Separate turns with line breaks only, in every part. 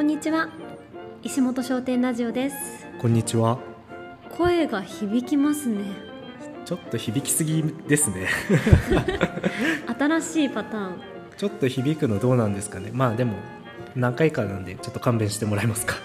んにちは石本商店ラジオです
こんにちは。
声が響きますね
ちょっと響きすぎですね。
新しいパターン
ちょっと響くのどうなんですかね。まあでも何回かなんでちょっと勘弁してもらえますか。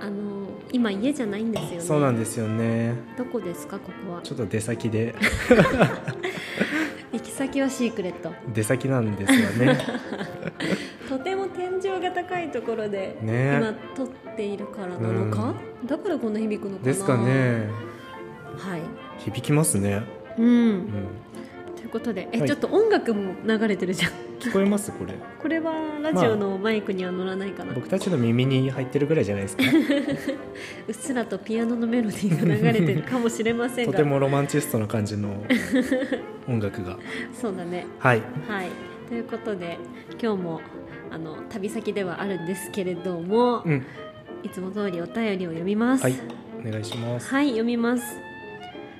あの今家じゃないんですよね
そうなんですよね。
どこですかここは
ちょっと出先で
行き先はシークレット
出先なんですよね。
とても天井が高いところで、
ね
今撮っているからなのか、だからこんな響くのかな
ですかね。
はい
響きますね。
うん、
うん。
ということでえ、
はい
ちょっと音楽も流れてるじゃん
聞こえますこれ。
これはラジオのマイクには乗らないかな、
僕たちの耳に入ってるぐらいじゃないで すか。
うっすらとピアノのメロディーが流れてるかもしれません
と
が
てもロマンチストな感じの 音楽が。
そうだね
はい。
はいということで今日もあの旅先ではあるんですけれども、
うん。
いつも通りお便りを読みます
はい。お願いします。
はい読みます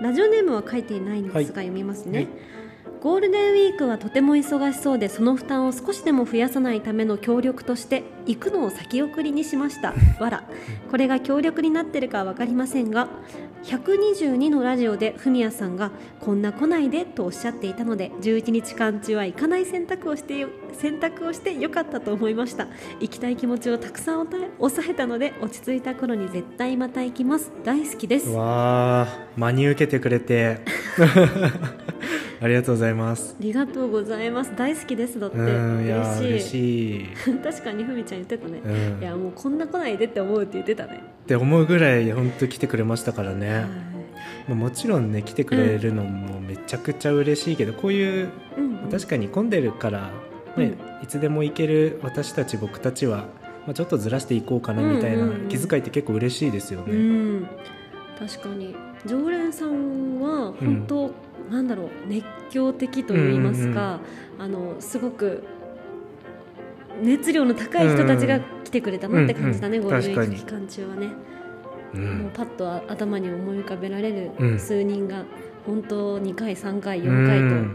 ラジオネームは書いていないんですが、
はい
読みますね、
はい
ゴールデンウィークはとても忙しそうでその負担を少しでも増やさないための協力として行くのを先送りにしましたわらこれが協力になってるかは分かりませんが122のラジオでフミヤさんが「こんな来ないで」とおっしゃっていたので11日間中は行かない選択をしてよ選択をしてよかったと思いました行きたい気持ちをたくさん抑え抑えたので落ち着いた頃に絶対また行きます大好きです
うわあ、真に受けてく れて。 ありがとうございます。
ありがとうございます大好きですだって
うん、いやー、
嬉しい
嬉しい。
確かにふみちゃん言ってたね
う、ん
いやもうこんな来ないでって思うって言ってたね、
って思うぐらい本当来てくれましたからね、
は
まあもちろんね来てくれるのもめちゃくちゃ嬉しいけどこういう
いうんうん、
確かに混んでるから、ねいつでも行ける私たち僕たちは、まあ、ちょっとずらしていこうかなみたいな
うんうんうん
気遣いって結構嬉しいですよね。
うん、確かに常連さんは本当、なんだろう熱狂的と言いますか、あのすごく熱量の高い人たちが来てくれたなって感じだね、
うんうん
ゴールデンウィーク
確
期間中はね、
う
もうんパッと頭に思い浮かべられ
う
る
ん
数人が、本当2回3回4
うん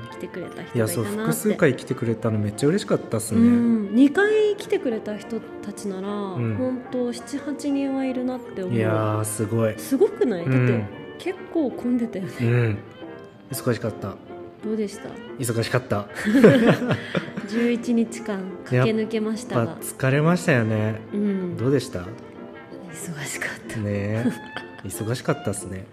回と来てくれた
い
人
や
がいた
そう
な
複
って、
数回来てくれたのめっちゃ嬉しかったっす
う
ね。
ん、2回来てくれた人たちなら、
ん
本当78人はいるなって思
いや
う
ーすごい、
すごくないだ
う
って、
ん
結構混んでたよね
うん、忙しかった
どうでした
忙しかった
11日間駆け抜けまし
や
た
っぱ
が
疲れましたよね
うん
どうでした
忙しかった
ねえ忙しかったっすね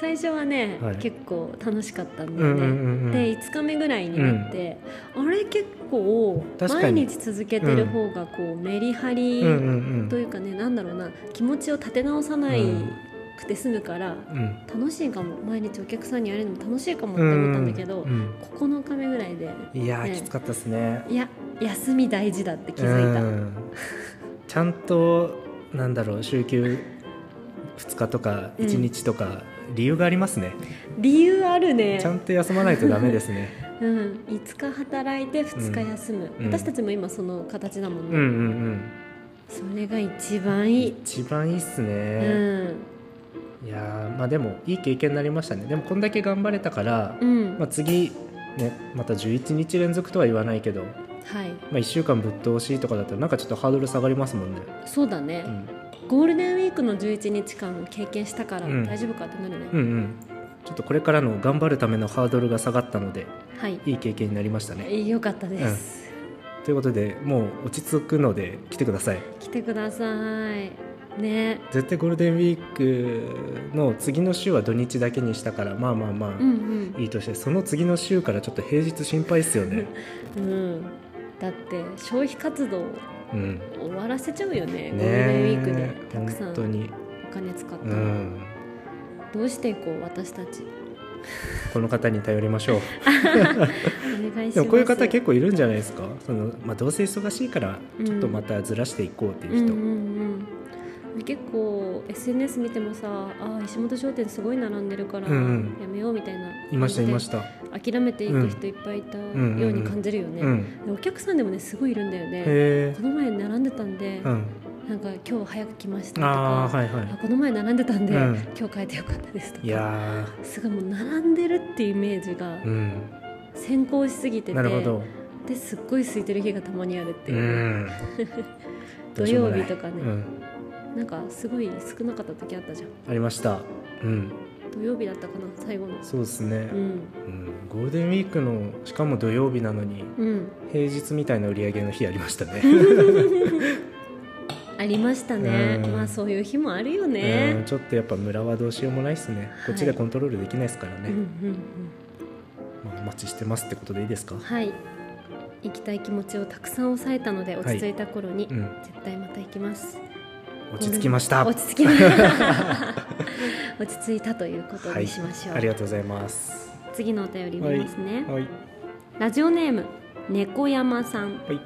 最初はね、
はい
結構楽しかったんだ
うん
よ
う
ね、
んうんうん
で5日目ぐらいになって、あれ結構
確か
毎
に
日続けてる方がこうメリハリ
うんうん
というかね、なんだろうな気持ちを立て直さないくて済むから、
うん
楽しいかも毎日お客さんにやれるの楽しいかもって
うん
思ったんだけど、
うん
9日目ぐらいで
いや
ね
ーきつかったっすね
いや休み大事だって気づいた、
うんちゃんとなんだろう週休2日とか
うん
1日とか理由がありますね、
理由あるね
ちゃんと休まないとダメで すね
うん、5日働いて2日休む、
うん
私たちも今その形だもん
うんう
ね、
んうん
それが一番いい、
一番いいっす
うん
ね、いやーまあでもいい経験になりましたねでもこんだけ頑張れたから
う、ん
まあ、次ねまた11日連続とは言わないけど、ま
はい
あ、1週間ぶっ通しとかだったらなんかちょっとハードル下がりますもんね、
そうだね
う、ん、
ゴールデンウィークの11日間を経験したから
うん
大丈夫かってなるね、
うんうんちょっとこれからの頑張るためのハードルが下がったので
はい
いい経験になりましたね
良かったです、
ということでもう落ち着くので来てください
来てくださいね
絶対ゴールデンウィークの次の週は土日だけにしたからまあまあまあ、
うん
いいとしてその次の週からちょっと平日心配っすよね
うんうんだって消費活動を
うん
終わらせちゃうよね
ね
ゴールデ
え
ンウィークでたくさん
本当に
お金使った
う
ら、
ん
どうしていこう私たち
この方に頼りましょう
お願いします
でもこういう方結構いるんじゃないですかその、まあ、どうせ忙しいから
うん
ちょっとまたずらしていこうっていううん人、
うんうん、結構 SNS 見てもさあー石本商店すごい並んでるから
うんうん
やめようみたいな、
いましたいました、
諦めていく人いっぱいいたよ
んうん
うに感じるよね、
うん
でお客さんでもねすごいいるんだよね
へえ
この前並んでたんで、
うん
なんか今日早く来ましたとか
ああーはいは
あ
い
この前並んでたんで、
うん
今日変えてよかったですとか
いや
すごいもう並んでるっていうイメージが
ーうん
先行しすぎてて、
なるほど
ですっごい空いてる日がたまにあるって
う
いう、
ん
土曜日とかね
どうしようもないうん
なんかすごい少なかった時あったじゃん
ありましたうん
土曜日だったかな最後の
そうですね、
うん
うんゴールデンウィークのしかも土曜日なのに
うん
平日みたいな売り上げの日ありました ね
ありましたね
うん
まあそういう日もあるよ
うん
ね
ちょっとやっぱ村はどうしようもないですねこっちでコントロールできないですから
うん
ね、
うん
まあ、お待ちしてますってことでいいですか
うんはい行きたい気持ちをたくさん抑えたので落ち着いた頃に、
うん
絶対また行きます
落ち着きました
落ち着きま した落ち着いたということにしましょう、
ありがとうございます
次のお便り読みますね、
はい
ラジオネーム猫山さん
はい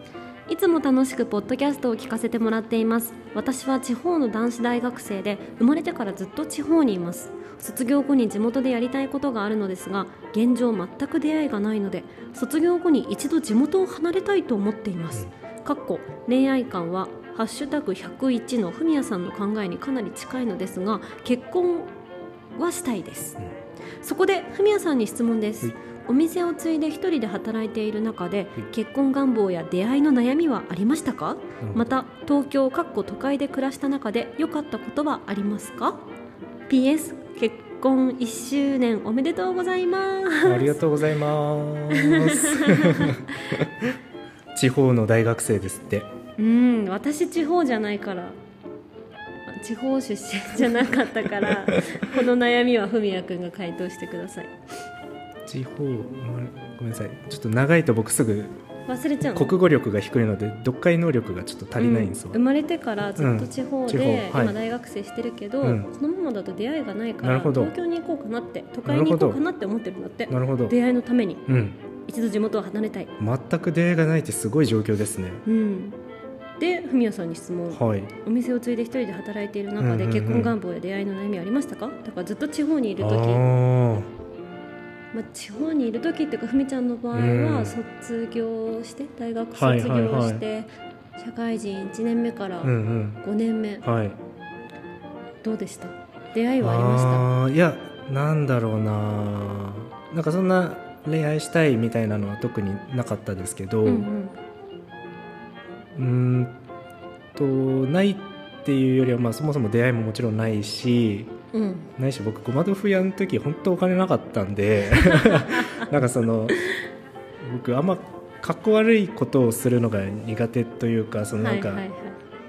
いつも楽しくポッドキャストを聞かせてもらっています私は地方の男子大学生で生まれてからずっと地方にいます卒業後に地元でやりたいことがあるのですが現状全く出会いがないので卒業後に一度地元を離れたいと思っています、かっこ恋愛観は「ハッシュタグ #101」のフミヤさんの考えにかなり近いのですが結婚はしたいです、
うん
そこでフミヤさんに質問です、
はい
お店を継いで一人で働いている中で
い
結婚願望や出会いの悩みはありましたか
なるほど
また東京かっこ都会で暮らした中で良かったことはありますか PS 結婚1周年おめでとうございます
ありがとうございます。 地方の大学生ですって。
うん私地方じゃないからあ地方出身じゃなかったから この悩みはふみやくんが回答してください
地方、まごめんなさい。ちょっと長いと僕すぐ
忘れちゃうの
国語力が低いので読解能力がちょっと足りないんです
う
わ
生。まれてからずっと地方
うん地方
で、
はい
今大学生してるけど、
うん
このままだと出会いがないか
な
ら
るほど
東京に行こうかなって都
な
会
る
に行
ほど
こうかなって思ってるんだって
なるほど。
出会いのために
うん。
一度地元を離れたい、
全く出会いがないってすごい状況ですね。
うん、で文也さんに質問、
はい。
お店を継いで一人で働いている中
うんうんう
で
ん
結婚願望や出会いの悩みありましたかだからずっと地方にいる
あ
時
ー
まあ、地方にいる時っていうかふみちゃんの場合
うん
は卒業して大学卒
は
業
い
して、
はいはい
社会人1年目から
うん
5年目、
うん。はい。
どうでした出会いはありました
あーいやなんだろうななんかそんな恋愛したいみたいなのは特になかったですけど、
うん
うーんとないっていうよりは、まあ、そもそも出会いももちろんないし
うんうん
ないし僕ごま豆腐屋の時本当お金なかったんで なんかその僕あんまかっこ悪いことをするのが苦手というかそのなんか、
はいはいはい、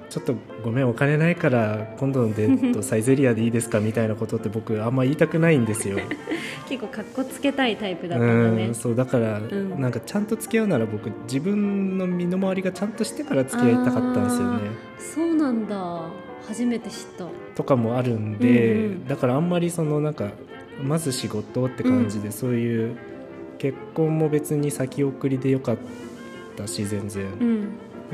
ちょっとごめんお金ないから今度のデートサイゼリアでいいですかみたいなことって僕あんま言いたくないんです よ。
結構かっこつけたいタイプだったんだね
うんそうだから、
ん
なんかちゃんと付き合うなら僕自分の身の回りがちゃんとしてから付き合いたかったんですよね。
そうなんだ初めて知った
とかもあるんで、
うんうん
だからあんまりそのなんかまず仕事って感じで、そういう結婚も別に先送りでよかったし全
う
然、
ん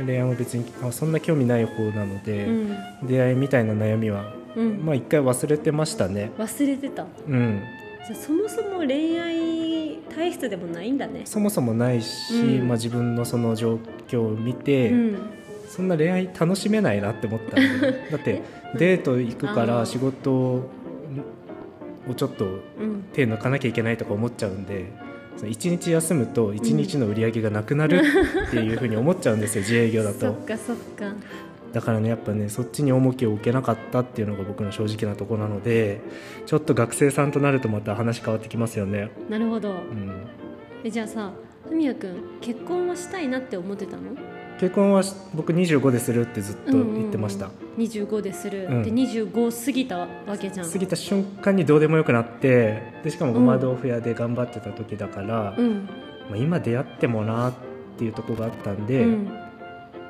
恋愛も別にあそんな興味ない方なの
う
で、
ん
出会いみたいな悩みは、
うん、
まあ一回忘れてましたね。
忘れてた
うん、
じゃあそもそも恋愛体質でもないんだね
そもそもないし、
うん
まあ、自分のその状況を見て、
うん
そんな恋愛楽しめないなって思ったん でだってデート行くか
あー
ら仕事をちょっと
うん
手抜かなきゃいけないとか思っちゃうんでその1日休むと1日の売り上げがなくなるっていうふうに思っちゃうんですよ、自営業だ
そ
と
っかそっか
だからねやっぱねそっちに重きを置けなかったっていうのが僕の正直なところなのでちょっと学生さんとなるとまた話変わってきますよね、
なるほど
うん、
えじゃあさふみやくん結婚はしたいなって思ってたの
結婚はし僕25でするってずっと言ってました、
うんうんうん、25でする、
うん
で25過ぎたわけじゃん
過ぎた瞬間にどうでもよくなってでしかもごま豆腐屋で頑張ってた時だから、
うん
まあ、今出会ってもなっていうとこがあったん
う
で、
ん、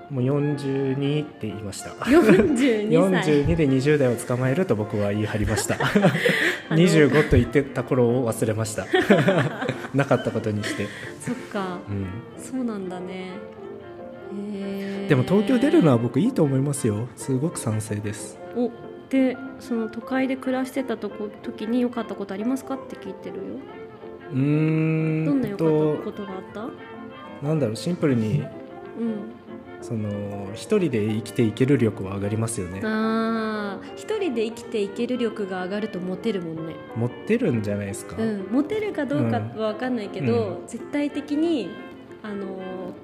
もう42って言いました
42歳
42で20代を捕まえると僕は言い張りました
の
25と言ってた頃を忘れました なかったことにして、
そっか
うん
そうなんだねへー
でも東京出るのは僕いいと思いますよすごく賛成です
おでその都会で暮らしてたとこ時に良かったことありますかって聞いてるよ
うーん
どんな良かったこととがあった
なんだろうシンプルに
うん
その一人で生きていける力は上がりますよね
あー一人で生きていける力が上がるとモテるもんね
持ってるんじゃないですか、
うんモテるかどうかは分かんないけど、絶対的にあのー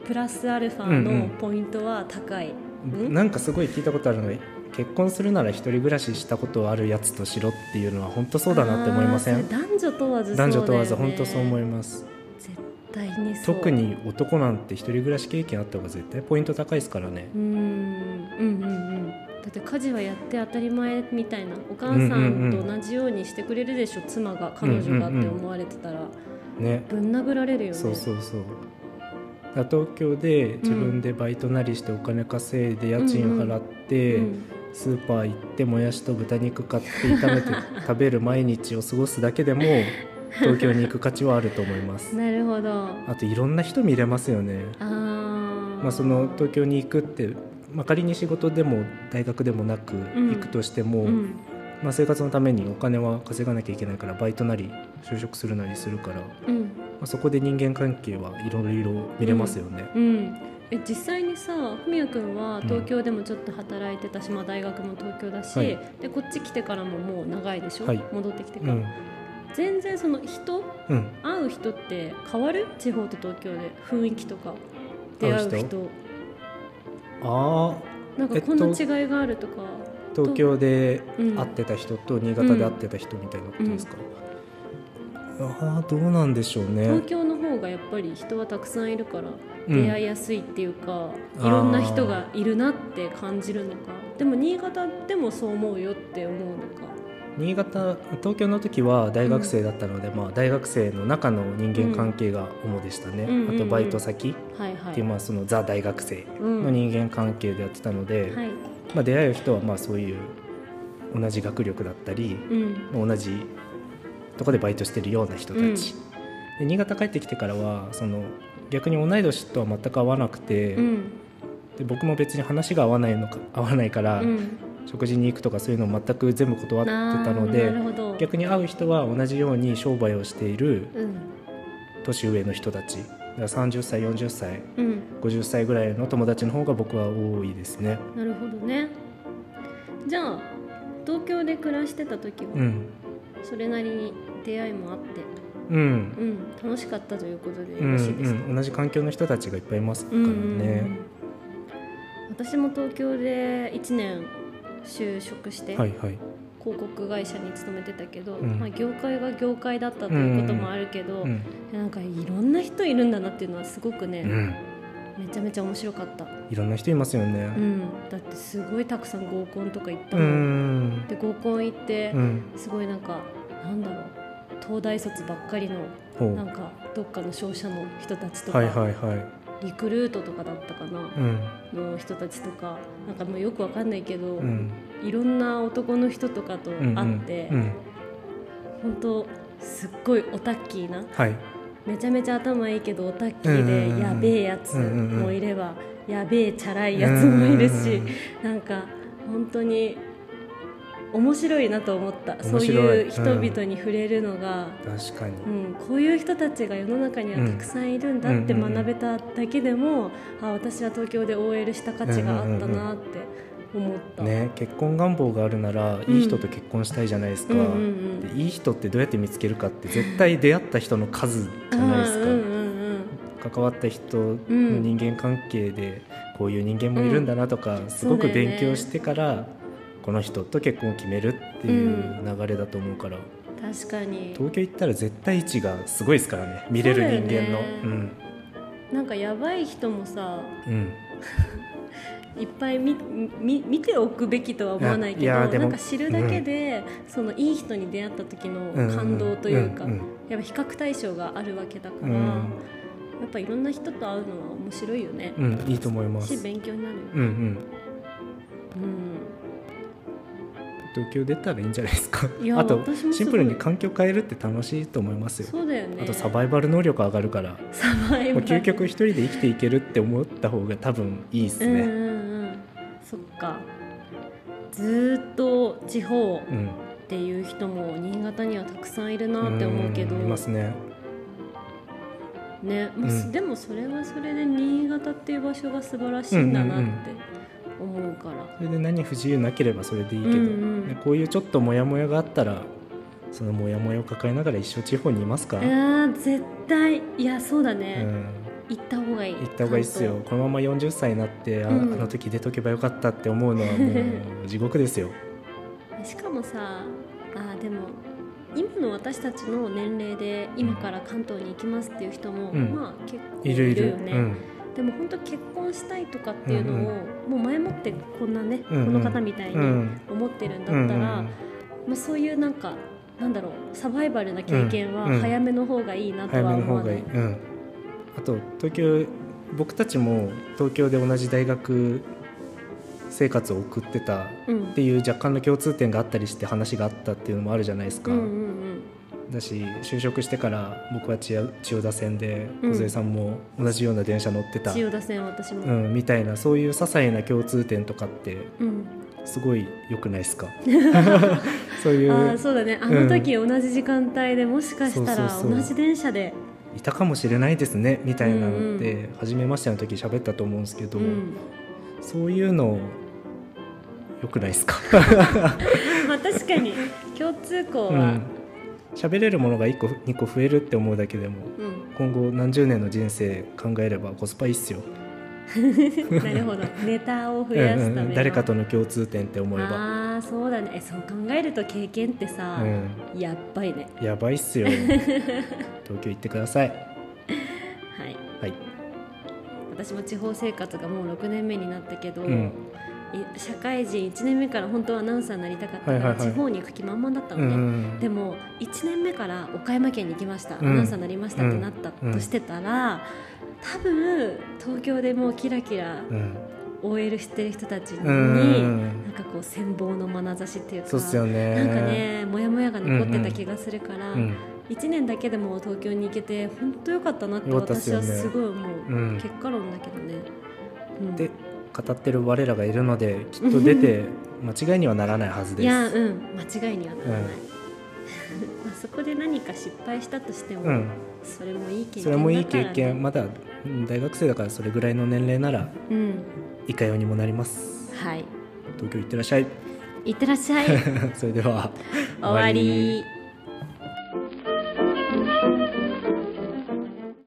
プラスアルファ
うん
の
うん
ポイントは高い、ん
なんかすごい聞いたことあるのが結婚するなら一人暮らししたことあるやつとしろっていうのは本当そうだなって思いませ
あー
ん
それ男女問わずそうだよ、
男
ね、
女問わず本当そう思
い
います
絶対にそう
特に男なんて一人暮らし経験あった方が絶対ポイント高いですからね
うーんうんうんうんだって家事はやって当たり前みたいなお母さ
うん
ん
うんう
と
ん
同じようにしてくれるでしょ、妻が彼女が
う
っ
んうんうん
て思われてたら、
ね
ぶん殴られるよね
そうそうそうだから東京で自分でバイトなりしてお金稼いで家賃払って、
うん
スーパー行ってもやしと豚肉買って炒めて食べる毎日を過ごすだけ でも東京に行く価値はあると思います
なるほどあ
あといろんな人見れますよね、
あ、
まあ、その東京に行くって、まあ、仮に仕事でも大学でもなく
ん
行くとしても、
うん、
まあ、生活のためにお金は稼がなきゃいけないからバイトなり就職するなりするから、ま
うん
あ、そこで人間関係はいろいろ見れますよね、
うん、え実際にさふみやくんは東京でもちょっと働いてたし、まあ、大学も東京だし、
はい
でこっち来てからももう長いでしょ、
はい
戻ってきて
う
から、
ん
全然その人
うん、
会う人って変わる地方と東京で雰囲気とか出会う人
会う人ああ
なんかこんな違いがあるとか、
東京で
うん
会ってた人と新潟で会ってた人みたいなことですか、ああどうなんでしょうね
東京の方がやっぱり人はたくさんいるから
うん
出会いやすいっていうか、
あー
いろんな人がいるなって感じるのかでも新潟でもそう思うよって思うのか
新潟東京の時は大学生だったので、まあ、大学生の中の人間関係が主でしたね、
うんうんうん
あとバイト先
はいはい
っていう、まあ、そのザ大学生
うん
の人間関係でやってたので、
はい
まあ、出会う人はまあそういう同じ学力だったり、
うん
まあ同じとこでバイトしてるような人たち、で新潟帰ってきてからはその逆に同い年とは全く合わなくて、
うん
で僕も別に話が合わないのか合わないから、
うん
食事に行くとかそういうのを全く全部断ってたの
あーな
で
るほど
逆に会う人は同じように商売をしている
うん
年上の人たちだから30歳40歳
うん
50歳ぐらいの友達の方が僕は多いですね
なるほどねじゃあ東京で暮らしてた時は、
うん
それなりに出会いもあって
う
う
ん
ん楽しかったということでよ
うん、
ろしいですか、
うん同じ環境の人たちがいっぱいいますから
うん
ね、
私も東京で1年就職して
はいはい
広告会社に勤めてたけど、
うん
まあ、業界が業界だったということもあるけど、
うん、
なんかいろんな人いるんだなっていうのはすごくね、
うん、
めちゃめちゃ面白かった、
いろんな人いますよ
う
ね
ん、だってすごいたくさん合コンとか行った
う
もん、
ん
で合コン行って
う、ん
すごいなんかなんだろう東大卒ばっかりの
ほう
なんかどっかの商社の人たちとか、
はいはいはい
リクルートとかだったかな、
うん
の人たちとかなんかもうよくわかんないけど、
うん
いろんな男の人とかと
うん
会って、
うんうん、
本当すっごいオタッキーな
はい
めちゃめちゃ頭いいけどオタッキ
うんうんう
ー
ん
でやべえやつもいれば、やべえチャラいやつもいるし、なんか本当に面白いなと思ったそ
面白
う
い
いう人
うん
々に触れるのが、
確かに、
うん、こういう人たちが世の中にはたくさんいるんだって
うん
学べただけでも、あ私は東京で OL した価値があったなって思った。
ね、結婚願望があるなら
うん
いい人と結婚したいじゃないです
う
か、
んうんうん、
でいい人ってどうやって見つけるかって絶対出会った人の数じゃないですか、
うんうんうんうん
関わった人の人間関係でこういう人間もいるんだなとか、すごく
そうだよね
勉強してから、この人と結婚を決めるっていう流れだと思うから、
確かに
東京行ったら絶対位置がすごいですからね見れる人間の
そうだよねなんかやばい人もさ
うんうん
いっぱい見見見ておくべきとは思わない
い
けど
やでも
なんか知るだけで、そのいい人に出会った時の
うんうん
感動というか、
うんうん
やっぱ比較対象があるわけだから、
うん
やっぱいろんな人と会うのは面白いよね、
うんいいと思いま
し
す
勉強になるよね
うんうん
うん
東京出たらいいんじゃないですか
いや
あと
私もすごい
シンプルに環境変えるって楽しいと思いますよ
そうだよね
あとサバイバル能力上がるから、も
サバイ
う
バル
究極一人で生きていけるって思った方が多分いいです
うん
ね。
うんうんそっかずーっと地方
うん、
っていう人も新潟にはたくさんいる
う
なって思うけど
んいますね。
ね、まあ
うん
でもそれはそれで新潟っていう場所が素晴らしいんだなって思うから、
それで何不自由なければそれでいいけど、
うんうん
ねこういうちょっとモヤモヤがあったら、そのモヤモヤを抱えながら一生地方にいますか。
あー絶対いやそうだね、
う
行った方がいい
行った方がいいっすよこのまま40歳になってあ,、
うん
あの時出とけばよかったって思うのはも う地獄ですよ
ちゃんとしかもさあーでも今の私たちの年齢で今から関東に行きますっていう人も、
うん
まあ結構
い
い
る
る
いる
よね
うん、
でも本当結婚したいとかっていうのを、
うん
もう前もってこんなね、
うんうん
この方みたいに
うん
思ってるんだ
うん
ったら、
うん
まあ、そういうなんかなんだろうサバイバルな経験は
うんうん
早めの方がいいなと
早
は
めの
思
方
わ
が
ない
い、
い、
うん、あと東京僕たちも東京で同じ大学生活を送ってた
うん
っていう若干の共通点があったりして話があったっていうのもあるじゃないですか、
うんうん
だし就職してから僕は千代千代田線で
うん
小杉さんも同じような電車乗って
うん
た、
千代田線私も、
う
うん
ん、みたいなそういう些細な共通点とかってすごい良くないで すかそうい
ああ
う
そうだねあの時同じ時間帯でもしかしたら
そうそうそう
同じ電車で
いたかもしれないですねみたいなのっ
うん
て初めましての時喋ったと思うんですけど、
うん
そういうの良くないですか
まあ確かに共通項
う
は
ん、喋れるものが1個2個増えるって思うだけでも
うん、
今後何十年の人生考えればコスパいいっすよ、
なるほどネタを増
うんう
やすため
ん
の、
うん、誰かとの共通点って思えば、
ああそうだねえそう考えると経験ってさ、
う
やっぱりね
ん、やばいっ すよ東京行ってください
はい
はい、
私も地方生活がもう6年目になったけど、
うん
い社会人1年目から本当はアナウンサーになりたかったから、
はいはいはい
地方に行く気満々だった
う
のね、
ん
でも1年目から岡山県に行きました、
うん
アナウンサーになりましたってなった
うん
としてたら、多分東京でもうキラキラ
うん、
OL してる人たちに、
うん
なんかこう羨望の眼差しっていうか
そうっすよね
なんかねモヤモヤが残ってた気がするから、
うん
1年だけでも東京に行けて本当良かったなって
良かったっす
私
よ
は
ね
すごい思う、
うん
結果論だけどね、うん
で語ってる我らがいるのできっと 出て間違いにはならないはずです
いやうん間違いにはなら ない、まあそこで何か失敗したとしても、
うん、
それもいい経験だから、ね、
それもいい経験まだうん大学生だからそれぐらいの年齢なら
うん
いかようにもなります
はい
東京行ってらっしゃい
いってらっしゃい
それでは
終わり